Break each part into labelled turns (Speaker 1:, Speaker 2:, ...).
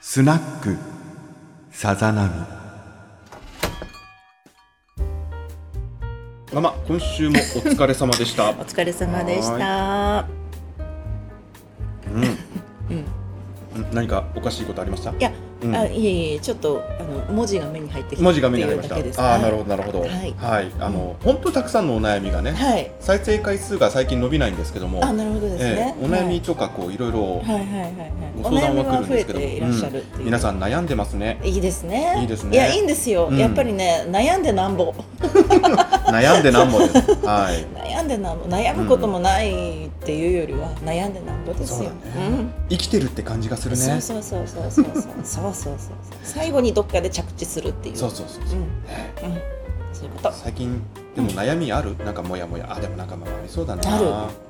Speaker 1: スナックさざ波ママ今週もお疲れ様でした
Speaker 2: お疲れ様でした。
Speaker 1: ん何かおかしいことありました
Speaker 2: いや、
Speaker 1: うん
Speaker 2: あ、いえいえ、ちょっと、あの、文字が目に入ってきた。
Speaker 1: 文字が目に入りました
Speaker 2: っていうだけです
Speaker 1: ああーなるほどなるほど
Speaker 2: はい
Speaker 1: あの本当たくさんのお悩みがね、
Speaker 2: はい。
Speaker 1: 再生回数が最近伸びないんですけども
Speaker 2: あ、なるほどですね。
Speaker 1: ええお悩みとかこういろいろ
Speaker 2: はい。はいはいはいはい。
Speaker 1: ご相談は来るん
Speaker 2: お悩み増
Speaker 1: で
Speaker 2: え
Speaker 1: すけども
Speaker 2: ていらっしゃるっていう。
Speaker 1: 皆さん悩んでますね
Speaker 2: いいですね。
Speaker 1: いいですね
Speaker 2: いや、いいんですよ。
Speaker 1: うん
Speaker 2: やっぱりね、悩んでなんぼ。
Speaker 1: 悩んでなんぼですはい
Speaker 2: 悩んでなんぼ、悩むこともないっていうよりは、悩んでなんぼですよ。
Speaker 1: そうだね生きてるって感じがす
Speaker 2: う
Speaker 1: る
Speaker 2: ん。
Speaker 1: ね
Speaker 2: そうそうそうそうそうそうそう そうそう最後にどっかで着地するっていう
Speaker 1: そうそうそう
Speaker 2: う
Speaker 1: そうんね
Speaker 2: うんそういうこと
Speaker 1: 最近でも悩みある、なんかモヤモヤあでもなんかまあありそうだな
Speaker 2: ある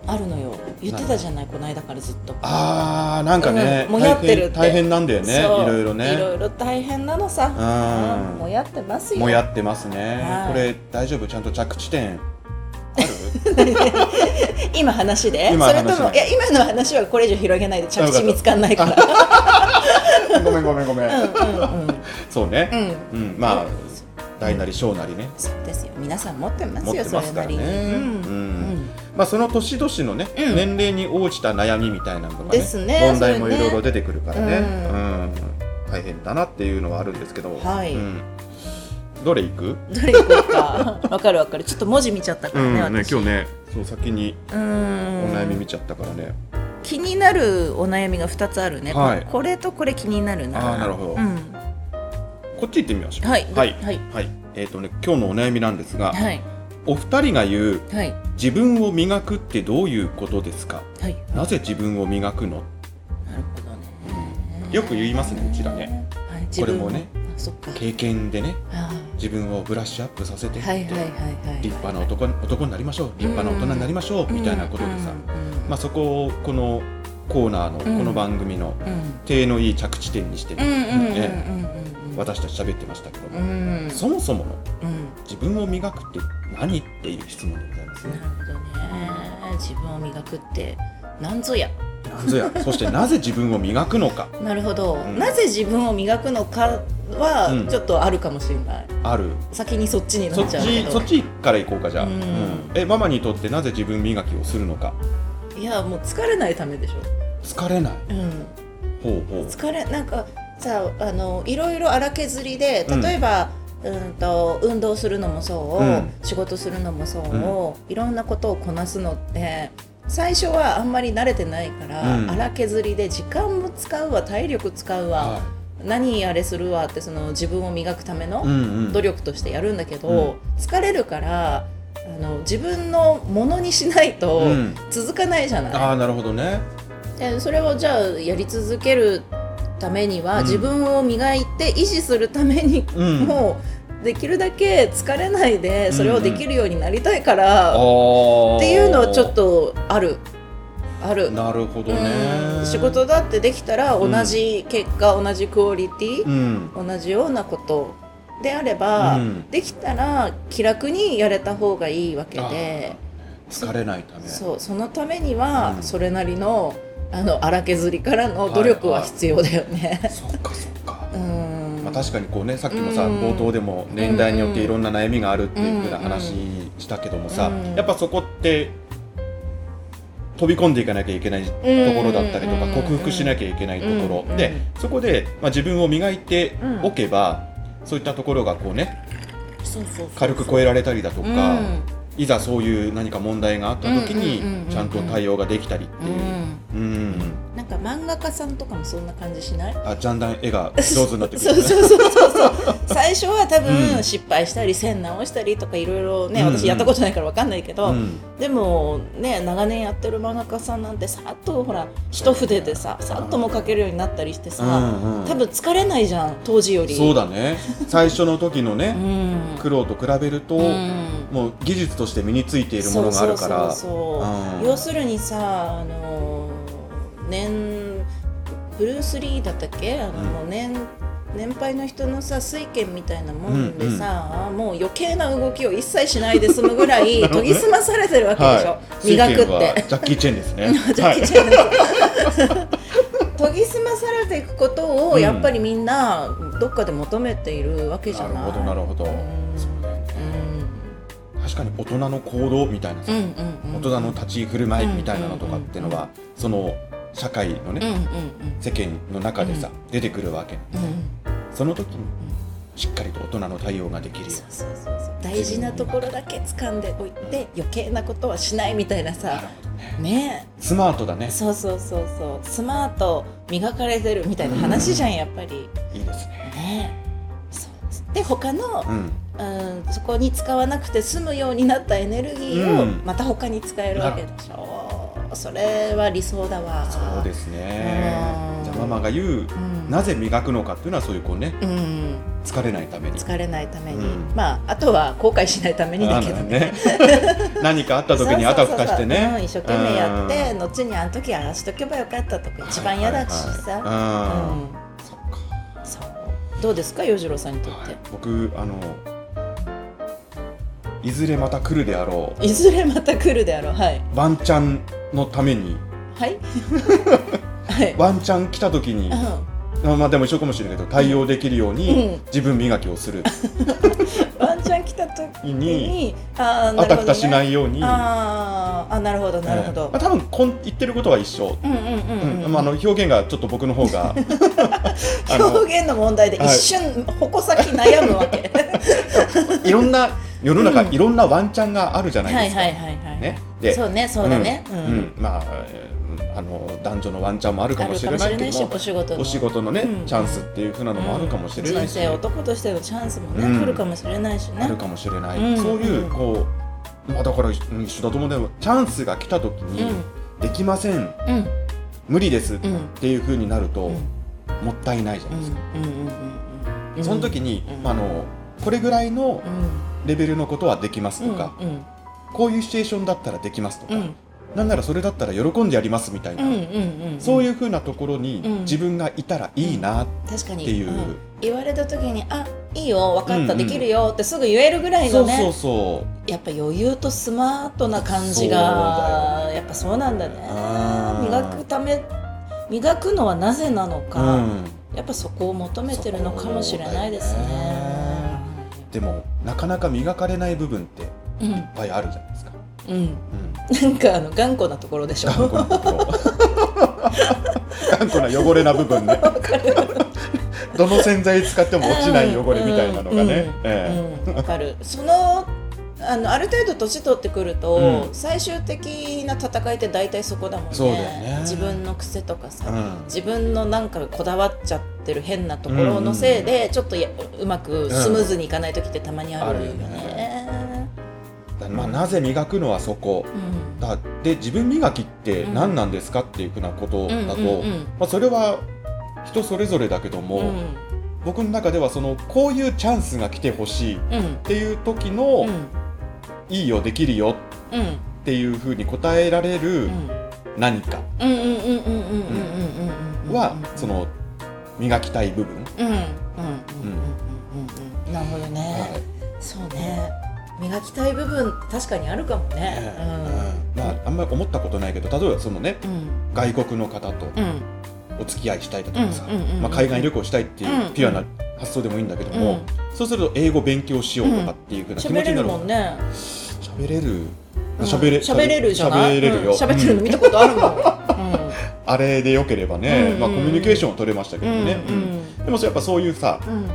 Speaker 2: あるのよ言ってたじゃないこの間からずっと
Speaker 1: あーなんかね、
Speaker 2: うんもやってるって
Speaker 1: 大変大変なんだよねい
Speaker 2: そ
Speaker 1: ろい
Speaker 2: う
Speaker 1: ろ
Speaker 2: いろ
Speaker 1: ね
Speaker 2: いろ大変なのさ
Speaker 1: うん
Speaker 2: うんもやってますよ
Speaker 1: もやってますね、
Speaker 2: はい
Speaker 1: これ大丈夫ちゃんと着地点ある
Speaker 2: 今話で
Speaker 1: 今
Speaker 2: そ
Speaker 1: 話
Speaker 2: れ
Speaker 1: で
Speaker 2: ともいや今の話はこれ以上広げないで着
Speaker 1: よかっ
Speaker 2: 地
Speaker 1: た
Speaker 2: 見つかんな いから
Speaker 1: ごめんごめんごめん、
Speaker 2: うんうんうん
Speaker 1: そうね
Speaker 2: うん
Speaker 1: うん、まあ大なり小なりね
Speaker 2: そうですよ皆さん持ってます
Speaker 1: 持
Speaker 2: よ
Speaker 1: ってますからね
Speaker 2: それなりに
Speaker 1: う
Speaker 2: うん
Speaker 1: んまあその年々のね、
Speaker 2: うん
Speaker 1: 年齢に応じた悩みみたいなのがね
Speaker 2: ですね
Speaker 1: 問題も
Speaker 2: そ
Speaker 1: い
Speaker 2: れね
Speaker 1: ろいろ出てくるからね
Speaker 2: う
Speaker 1: うん大変だなっていうのはあるんですけど、
Speaker 2: はい
Speaker 1: うんどれいく
Speaker 2: どれ行こうか わかるわかるちょっと文字見ちゃったからね私
Speaker 1: 今日ねそう先に
Speaker 2: う
Speaker 1: お
Speaker 2: ん
Speaker 1: 悩み見ちゃったからね、
Speaker 2: 気になるお悩みが二つあるね
Speaker 1: はい
Speaker 2: これとこれ気になるな
Speaker 1: あーなるほど
Speaker 2: うん
Speaker 1: こっち行ってみましょう
Speaker 2: はい
Speaker 1: はい、
Speaker 2: はい
Speaker 1: はいえっ、とね今日のお悩みなんですが、
Speaker 2: はい
Speaker 1: お二人が言う
Speaker 2: はい
Speaker 1: 自分を磨くってどういうことですか
Speaker 2: はい
Speaker 1: なぜ自分を磨くの
Speaker 2: なるほどね
Speaker 1: よく言いますねうちらね
Speaker 2: はい
Speaker 1: これもね
Speaker 2: 自分あそっか
Speaker 1: 経験でね
Speaker 2: あ
Speaker 1: 自分をブラッシュアップさせて
Speaker 2: ー
Speaker 1: って、
Speaker 2: はいはいはいはい
Speaker 1: 立派な男男になりましょう立派な大人になりましょう、みたいなことでさ、
Speaker 2: うん
Speaker 1: まあ、そこをこのコーナーの、
Speaker 2: ん
Speaker 1: この番組の
Speaker 2: うん
Speaker 1: 手のいい着地点にして、
Speaker 2: うんうんうんうん
Speaker 1: え
Speaker 2: うん
Speaker 1: 私たち喋ってましたけども、
Speaker 2: うん
Speaker 1: そもそもの
Speaker 2: うん
Speaker 1: 自分を磨くって何っていう質問でございます
Speaker 2: な
Speaker 1: ね
Speaker 2: る。ほどね自分を磨くってなんぞや
Speaker 1: なんぞや そしてなぜ自分を磨くのか
Speaker 2: なるほど、
Speaker 1: ん
Speaker 2: なぜ自分を磨くのか
Speaker 1: うん
Speaker 2: はちょっとあるかもしれない、
Speaker 1: ある
Speaker 2: 先にそっちに
Speaker 1: そ
Speaker 2: な
Speaker 1: っ
Speaker 2: っちゃうけ
Speaker 1: ち
Speaker 2: ど
Speaker 1: そっちからいこうかじゃあ、
Speaker 2: うん
Speaker 1: えママにとってなぜ自分磨きをするのか
Speaker 2: いやもう疲れないためでしょ、
Speaker 1: 疲れない
Speaker 2: うん、
Speaker 1: ほうほう
Speaker 2: 疲れなんかさあのいろいろ荒削りで
Speaker 1: うん
Speaker 2: 例えば、うん、と運動するのもそう、
Speaker 1: うん
Speaker 2: 仕事するのもそう、いろんなことをこなすのって最初はあんまり慣れてないから、
Speaker 1: うん
Speaker 2: 荒削りで時間も使うわ体力使うわ、
Speaker 1: は
Speaker 2: 何あれするわってその自分を磨くため
Speaker 1: い
Speaker 2: の
Speaker 1: うんうん
Speaker 2: 努力としてやるんだけど、疲れるからあの自分のものにしないと
Speaker 1: うん
Speaker 2: 続かないじゃない。
Speaker 1: ああなるほどね
Speaker 2: でそれをじゃあやり続けるためには、
Speaker 1: うん
Speaker 2: 自分を磨いて維持するために
Speaker 1: うん
Speaker 2: もうできるだけ疲れないでそれをできるようになりたいから、
Speaker 1: っ
Speaker 2: っていうのはちょっとあるある、
Speaker 1: なるほど
Speaker 2: う
Speaker 1: ね
Speaker 2: ん仕事だってできたら
Speaker 1: う
Speaker 2: 同
Speaker 1: ん
Speaker 2: じ結果、同じクオリティ
Speaker 1: う、ん
Speaker 2: 同じようなことであれば、
Speaker 1: うん
Speaker 2: できたら気楽にやれた方がいいわけ
Speaker 1: あ
Speaker 2: で。
Speaker 1: 疲れないため
Speaker 2: そうそのためには、
Speaker 1: うん
Speaker 2: それなりのあの荒削りからの努力は必要だよね。
Speaker 1: そっかそっか
Speaker 2: う、ん
Speaker 1: まあ、確かにこうねさっきもさ、
Speaker 2: うん
Speaker 1: 冒頭でも年代によっていろんな悩みがあるっていうふうな話したけどもさ、
Speaker 2: うん
Speaker 1: やっぱそこって飛び込んでいかなきゃいけないところだったりとか、
Speaker 2: うん
Speaker 1: 克服しなきゃいけないところ、
Speaker 2: うん
Speaker 1: でそこで、まあ、自分を磨いておけば、そういったところがこうね
Speaker 2: そうそうそう
Speaker 1: 軽く超えられたりだと
Speaker 2: う
Speaker 1: か、
Speaker 2: ん
Speaker 1: いざそういう何か問題があった時
Speaker 2: うんうんうんうんう
Speaker 1: に
Speaker 2: ん
Speaker 1: ちゃんと対応ができたりって
Speaker 2: う
Speaker 1: いう。
Speaker 2: ん
Speaker 1: うん
Speaker 2: なんか漫画家さんとかもそんな感じしない
Speaker 1: あ、だんだん絵が上手になってく
Speaker 2: そ
Speaker 1: る、
Speaker 2: う
Speaker 1: ね。
Speaker 2: そうそうそう そう最初は多分、
Speaker 1: うん
Speaker 2: 失敗したり線直したりとかいろいろね、
Speaker 1: うんうん
Speaker 2: 私やったことないからわかんないけど、
Speaker 1: ん、
Speaker 2: でもね長年やってる漫画家さんなんてさっとほら一筆でささっとも描けるようになったりしてさ、
Speaker 1: うんうん
Speaker 2: 多分疲れないじゃん当時より。
Speaker 1: そうだね。最初の時の
Speaker 2: う
Speaker 1: ね、
Speaker 2: ん
Speaker 1: 苦労と比べると、
Speaker 2: うん
Speaker 1: もう技術として身についているものがあるから。
Speaker 2: そうそうそうそう
Speaker 1: うん
Speaker 2: 要するにさあの年ブルース・リーだったっけあ
Speaker 1: う
Speaker 2: の、
Speaker 1: ん
Speaker 2: もう年年配の人のさ水拳みたいなもんでさ、もう余計な動きを一切しないで済むぐ らい研ぎ澄まされてるわけでしょ、
Speaker 1: はい。
Speaker 2: 磨く
Speaker 1: 水拳
Speaker 2: っ
Speaker 1: は
Speaker 2: て。 。
Speaker 1: ジャッキーチェンですね
Speaker 2: ジャッキーチェンの 研ぎ澄ぎ澄まされていくことを
Speaker 1: うん
Speaker 2: やっぱりみんなどっかで求めているわけじゃ
Speaker 1: な
Speaker 2: な
Speaker 1: る、
Speaker 2: い
Speaker 1: ほどなるほど、
Speaker 2: うん
Speaker 1: そうだよね確かに大人の行動みたいなさ、
Speaker 2: うんうんうんうん
Speaker 1: 大人の立ち居振る舞いみたいなのとかってのは、その社会の
Speaker 2: うん
Speaker 1: ね、
Speaker 2: うんうん
Speaker 1: 世間の中でさ、出てくるわけ
Speaker 2: うん
Speaker 1: その時にしっかりと大人の対応ができるよ
Speaker 2: そうそうそうそう大事なところだけ掴んでおいて余計なことはしないみたいな
Speaker 1: なる
Speaker 2: さ
Speaker 1: ほどね
Speaker 2: ね
Speaker 1: スマートだね
Speaker 2: そうそうそうそうスマート磨かれてるみたいな話じゃんやっぱり
Speaker 1: いいですね
Speaker 2: ねそうですで他の
Speaker 1: う、ん
Speaker 2: うん、そこに使わなくて済むようになったエネルギーを
Speaker 1: うん
Speaker 2: また他に使えるわけでしょ、それは理想だわ
Speaker 1: そうですね
Speaker 2: うん
Speaker 1: じゃあママが言う
Speaker 2: うん
Speaker 1: なぜ磨くのかっていうのはそういうこうね
Speaker 2: うん
Speaker 1: 疲れないために
Speaker 2: 疲れないために、
Speaker 1: うん
Speaker 2: まああとは後悔しないためにだけどね
Speaker 1: あのね何かあった時にあたふたして
Speaker 2: そうそうそう
Speaker 1: ね
Speaker 2: うん一生懸命やって後にあの時ああしとけばよかったとか一番嫌だし
Speaker 1: はい
Speaker 2: さ
Speaker 1: はいはいうん
Speaker 2: う
Speaker 1: そっか
Speaker 2: んそうどうですか洋次郎さんにとっ
Speaker 1: はい
Speaker 2: て
Speaker 1: 僕あのいずれまた来るであろ
Speaker 2: いずれまた来るであろうはいう
Speaker 1: ワンチャンのために
Speaker 2: はい はい
Speaker 1: ワンチャン来た時にまあまあでも一緒かもしれないけど対応できるよう
Speaker 2: う
Speaker 1: に
Speaker 2: ん
Speaker 1: 自分磨きをす る
Speaker 2: うんワンちゃん来た時にあー
Speaker 1: あ
Speaker 2: なる
Speaker 1: た
Speaker 2: ほ
Speaker 1: ふ
Speaker 2: ど
Speaker 1: た
Speaker 2: ね
Speaker 1: しないように
Speaker 2: あーあなるほどなるほ
Speaker 1: ええ
Speaker 2: ど
Speaker 1: まあ、多分こん言ってることは一緒、
Speaker 2: うんうん
Speaker 1: う
Speaker 2: うんんうん
Speaker 1: まあ、あの表現がちょっと僕の方 があの
Speaker 2: 表現の問題で一瞬矛先悩むわ け
Speaker 1: いろんな世の中、
Speaker 2: うん
Speaker 1: いろんなワンチャンがあるじゃ
Speaker 2: は
Speaker 1: ないい
Speaker 2: は
Speaker 1: で
Speaker 2: い
Speaker 1: すか。
Speaker 2: はいはい
Speaker 1: ね、で
Speaker 2: そうねそうだね
Speaker 1: うんうんまあえーあの男女のワンチャンもあるか
Speaker 2: あ
Speaker 1: も
Speaker 2: る
Speaker 1: し
Speaker 2: か
Speaker 1: れ
Speaker 2: も
Speaker 1: な
Speaker 2: し
Speaker 1: い
Speaker 2: れ
Speaker 1: け
Speaker 2: ないし
Speaker 1: ども
Speaker 2: お仕事の
Speaker 1: お仕事のね、
Speaker 2: うん
Speaker 1: チャンスっていう風なのもあるかもしれない
Speaker 2: 人
Speaker 1: し、
Speaker 2: 生男としてのチャンスもね、
Speaker 1: うん
Speaker 2: 来るかもしれないし
Speaker 1: ある
Speaker 2: ね
Speaker 1: かもしれない、
Speaker 2: うん
Speaker 1: そういううんこう、まあ、だからうん一緒だと思うんだけどチャンスが来た時に、できません
Speaker 2: うんうん
Speaker 1: 無理ですっ
Speaker 2: うん
Speaker 1: ていう風になると、
Speaker 2: うん
Speaker 1: もったいないじゃ
Speaker 2: う
Speaker 1: ないですか。
Speaker 2: んうんうんうん
Speaker 1: その時に、
Speaker 2: うん
Speaker 1: まあ、あのこれぐらいの
Speaker 2: うん
Speaker 1: レベルのことはできますとか、
Speaker 2: うんうん
Speaker 1: こういうシチュエーションだったらできますとか、
Speaker 2: うん
Speaker 1: なんならそれだったら喜んでやりますみたいな、
Speaker 2: うんうんうん
Speaker 1: そういうふうなところに
Speaker 2: うん
Speaker 1: 自分がいたらいいなっ
Speaker 2: 確かに
Speaker 1: ていう、
Speaker 2: ん言われた時に「あいいよ分かっ
Speaker 1: うんう
Speaker 2: た
Speaker 1: ん
Speaker 2: できるよ」ってすぐ言えるぐらい
Speaker 1: そ
Speaker 2: の
Speaker 1: うそう
Speaker 2: ね
Speaker 1: そう
Speaker 2: やっぱ余裕とスマートな感じ
Speaker 1: そうだ
Speaker 2: が
Speaker 1: よね
Speaker 2: やっぱそうなんだね
Speaker 1: あー
Speaker 2: 磨くため磨くのはなぜなの
Speaker 1: う
Speaker 2: か、
Speaker 1: ん、
Speaker 2: やっぱそこを求めてるのかもしれないです
Speaker 1: そうだよ
Speaker 2: ね
Speaker 1: ね。でもなかなか磨かれない部分っていっ
Speaker 2: うん
Speaker 1: ぱいあるじゃないですか。
Speaker 2: うん
Speaker 1: うん
Speaker 2: なんかあの頑固なところで しょ。
Speaker 1: 頑固なところ頑固な汚れな部分ね
Speaker 2: わかる
Speaker 1: どの洗剤使っても落ちない汚れみたいなのがね、
Speaker 2: うん
Speaker 1: ええ
Speaker 2: うんうんわかる。 そのあのある程度年取ってくると、
Speaker 1: うん
Speaker 2: 最終的な戦いって大体そこだもんね。
Speaker 1: そうだよね
Speaker 2: 自分の癖とかさ、
Speaker 1: うん
Speaker 2: 自分のなんかこだわっちゃってる変なところのせいで、ちょっとやうまくスムーズにいかない時ってたまにあるよね。
Speaker 1: だまあ、なぜ磨くのはそこ
Speaker 2: うん
Speaker 1: だで自分磨きって何なんですかっていうふうなことだと、
Speaker 2: うんうんうん
Speaker 1: まあ、それは人それぞれだけども、
Speaker 2: うん
Speaker 1: 僕の中ではそのこういうチャンスが来てほしいっ
Speaker 2: うん
Speaker 1: ていう時の、
Speaker 2: うん
Speaker 1: いいよできるよ
Speaker 2: うん
Speaker 1: っていうふうに答えられる
Speaker 2: うん
Speaker 1: 何か
Speaker 2: うんうんうんうんうんうんうんうんうんうん
Speaker 1: は、その磨きたい部分、
Speaker 2: うんうんうんうんうんなるほど
Speaker 1: は
Speaker 2: ね
Speaker 1: い
Speaker 2: そうね磨きたい部分確かにあるかもね
Speaker 1: ええうんまあ、あんまり思ったことないけど例えばそのね
Speaker 2: うん
Speaker 1: 外国の方と
Speaker 2: うん
Speaker 1: お付き合いしたいだとかさ、
Speaker 2: うんうんうんうん
Speaker 1: まあ、海外旅行したいってい
Speaker 2: うん
Speaker 1: うピュアな発想でもいいんだけども、そうすると英語勉強しようとかっていうふうな気持
Speaker 2: 喋
Speaker 1: ち
Speaker 2: れ
Speaker 1: にな
Speaker 2: る
Speaker 1: る
Speaker 2: もんね
Speaker 1: 喋れる
Speaker 2: うん
Speaker 1: 喋れ
Speaker 2: 喋れるじゃない
Speaker 1: 喋れる
Speaker 2: う
Speaker 1: よ
Speaker 2: ん喋ってる
Speaker 1: う
Speaker 2: の
Speaker 1: ん
Speaker 2: 見たことあるもん
Speaker 1: あれでよければね
Speaker 2: うん
Speaker 1: まあコミュニケーションは取れましたけ
Speaker 2: う
Speaker 1: ど
Speaker 2: んうん
Speaker 1: ねうんでもそうやっぱそういうさ
Speaker 2: うん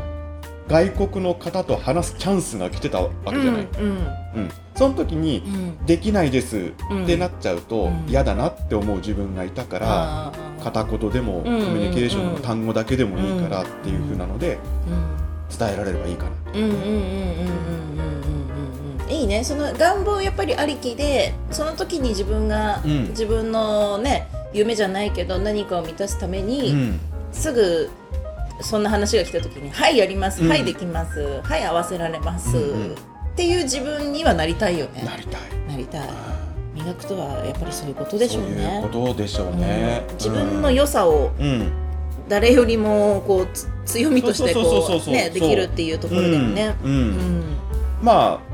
Speaker 1: 外国の方と話すチャンスが来てたわけじゃない
Speaker 2: うん
Speaker 1: うんその時に
Speaker 2: うん
Speaker 1: できないです
Speaker 2: うん
Speaker 1: ってなっちゃうと
Speaker 2: うん
Speaker 1: 嫌だなって思う自分がいたから
Speaker 2: あー
Speaker 1: 片言でもコミュニケーションの単語だけでもいいからっていうふうなので
Speaker 2: うん
Speaker 1: 伝えられればいいかな
Speaker 2: うんうんうんうんうんうんうんうんいいねその願望やっぱりありきでその時に自分が、
Speaker 1: うん
Speaker 2: 自分のね夢じゃないけど何かを満たすために、
Speaker 1: うん
Speaker 2: すぐそんな話が来た時に「はいやります」
Speaker 1: うん
Speaker 2: はいできます」はい合わせられます」
Speaker 1: うんうん
Speaker 2: っていう自分にはなりたいよね
Speaker 1: なりたい
Speaker 2: なりたい磨くとはやっぱりそういうことでしょうね
Speaker 1: そういうことでしょうね
Speaker 2: うん自分の良さを
Speaker 1: うん
Speaker 2: 誰よりもこうつ強みとして
Speaker 1: そうそうそう
Speaker 2: こ
Speaker 1: そう
Speaker 2: う
Speaker 1: そう
Speaker 2: ねできるっていうところだよね
Speaker 1: うん
Speaker 2: うん
Speaker 1: まあ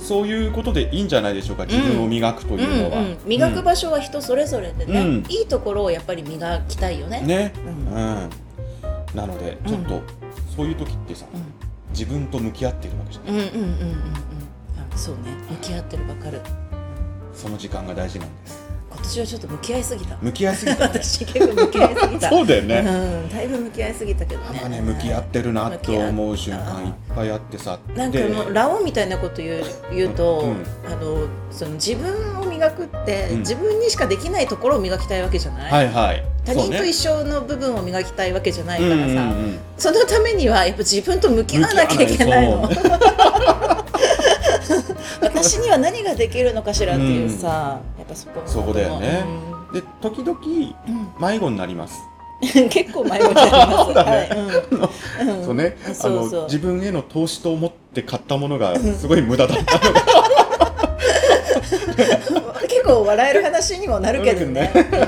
Speaker 1: そういうことでいいんじゃないでしょうか、自分を磨くと
Speaker 2: うん
Speaker 1: いうのは。
Speaker 2: うん、磨く場所は人それぞれでね、
Speaker 1: うん
Speaker 2: いいところをやっぱり磨きたいよね。
Speaker 1: ね、
Speaker 2: う
Speaker 1: うん
Speaker 2: ん
Speaker 1: なので、ちょっと、そういう時ってさ、自分と向き合ってるわけじゃない、
Speaker 2: うんうんうんうんうんうんあそうね向き合ってるばかる
Speaker 1: その時間が大事なんです。
Speaker 2: 今年はちょっと向き合いすぎた
Speaker 1: 向き合いすぎた、ね。
Speaker 2: 私結構向き合いすぎた
Speaker 1: そうだよね。
Speaker 2: うん、だいぶ向き合いすぎたけど
Speaker 1: なん
Speaker 2: ね
Speaker 1: かね、向き合ってるなと思う瞬間いっぱいあってさ
Speaker 2: なんか
Speaker 1: で
Speaker 2: もうラオウみたいなこと言う言うと、
Speaker 1: うん
Speaker 2: あのその自分を磨くって、
Speaker 1: うん
Speaker 2: 自分にしかできないところを磨きたいわけじゃない、
Speaker 1: はいはい
Speaker 2: 他人と一
Speaker 1: 緒
Speaker 2: 緒の部分を磨きたいわけじゃないから
Speaker 1: う
Speaker 2: さ、
Speaker 1: んうんうん
Speaker 2: そのためにはやっぱ自分と向き合わなきゃいけない
Speaker 1: 向
Speaker 2: の
Speaker 1: き
Speaker 2: 私には何ができるのかしらっていうさ、やっぱそこの
Speaker 1: そこだよね
Speaker 2: うん
Speaker 1: で時々
Speaker 2: うん
Speaker 1: 迷子になります、
Speaker 2: 結構迷う になります。
Speaker 1: そうだね
Speaker 2: はいうんうん
Speaker 1: そうねあ
Speaker 2: そう
Speaker 1: の
Speaker 2: そう
Speaker 1: 自分への投資と思って買ったものがすごい無駄だった のが
Speaker 2: 結構笑える話にもなるけどね。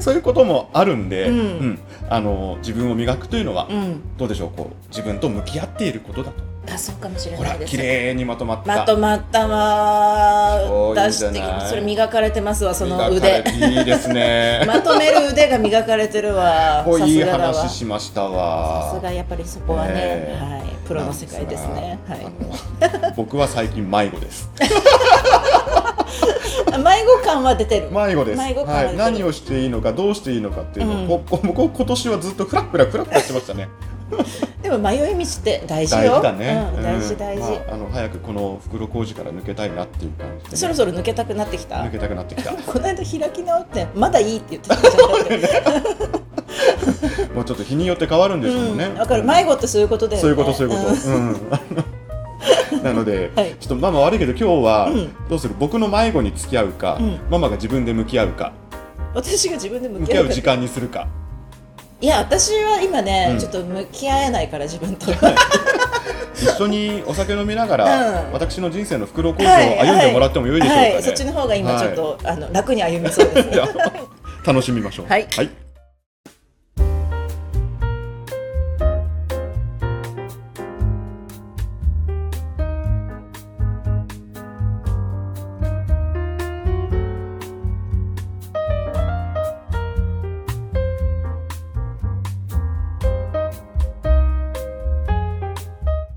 Speaker 1: そういうこともあるんで、
Speaker 2: うん
Speaker 1: うんあの自分を磨くというのは
Speaker 2: うん、うん
Speaker 1: どうでしょうこう自分と向き合っていることだと
Speaker 2: あ、そうかもしれ
Speaker 1: ほ
Speaker 2: な
Speaker 1: ら
Speaker 2: いです
Speaker 1: 綺。麗にまとまった
Speaker 2: まとまったわ
Speaker 1: そういいん
Speaker 2: 出
Speaker 1: じゃ
Speaker 2: し
Speaker 1: ない
Speaker 2: てそれ磨かれてますわその
Speaker 1: 磨
Speaker 2: 腕
Speaker 1: かれいいです ね
Speaker 2: まとめる腕が磨かれてるわ
Speaker 1: こう
Speaker 2: さ
Speaker 1: い
Speaker 2: す
Speaker 1: い
Speaker 2: がだわ
Speaker 1: 話しました
Speaker 2: さ
Speaker 1: わ
Speaker 2: すがやっぱりそこはね、
Speaker 1: ええ
Speaker 2: はい、プロの世界ですね。
Speaker 1: な
Speaker 2: は
Speaker 1: ん
Speaker 2: い、
Speaker 1: ですがあの僕は最近迷子 です。
Speaker 2: あ迷子感は出てる。
Speaker 1: 迷子です。
Speaker 2: 迷子感は
Speaker 1: は
Speaker 2: 出て
Speaker 1: い、
Speaker 2: る
Speaker 1: 何をしていいのか、どうしていいのかっていうのを、
Speaker 2: う
Speaker 1: ここ僕今年はずっとフラッフラフラフラしてましたね。
Speaker 2: でも迷い道って大事よ。
Speaker 1: 大事だね。
Speaker 2: うん、大事大事、
Speaker 1: まあ、あの早くこの袋小路から抜けたいなっていう感じでね、
Speaker 2: そろそろ抜けたくなってきた
Speaker 1: 抜。けたくなってきた。
Speaker 2: この間開き直ってまだいいって言ってたじゃんだって。
Speaker 1: もうちょっと日によって変わるんですも
Speaker 2: うん
Speaker 1: ね。
Speaker 2: ん、わかる。迷子ってそういうことだよね。
Speaker 1: そういうことそういうこと。
Speaker 2: ん
Speaker 1: うん。 あのなので、
Speaker 2: はい
Speaker 1: ちょっとママ悪いけど今日は
Speaker 2: うん
Speaker 1: どうする、僕の迷子に付き合うか、
Speaker 2: うん
Speaker 1: ママが自分で向き合うか
Speaker 2: 私が自分で向
Speaker 1: 向
Speaker 2: き
Speaker 1: き
Speaker 2: 合
Speaker 1: 合
Speaker 2: う
Speaker 1: う
Speaker 2: か
Speaker 1: 時間にするか
Speaker 2: いや私は今ね、
Speaker 1: うん
Speaker 2: ちょっと向き合えないから自分と
Speaker 1: 一緒にお酒飲みながら、
Speaker 2: うん
Speaker 1: 私の人生の袋小路を歩んでもらってもよいでしょうかね、
Speaker 2: はい、そっちの方が今ちょっと、あの楽に歩みそうですね
Speaker 1: いや楽しみましょう
Speaker 2: はい
Speaker 1: はい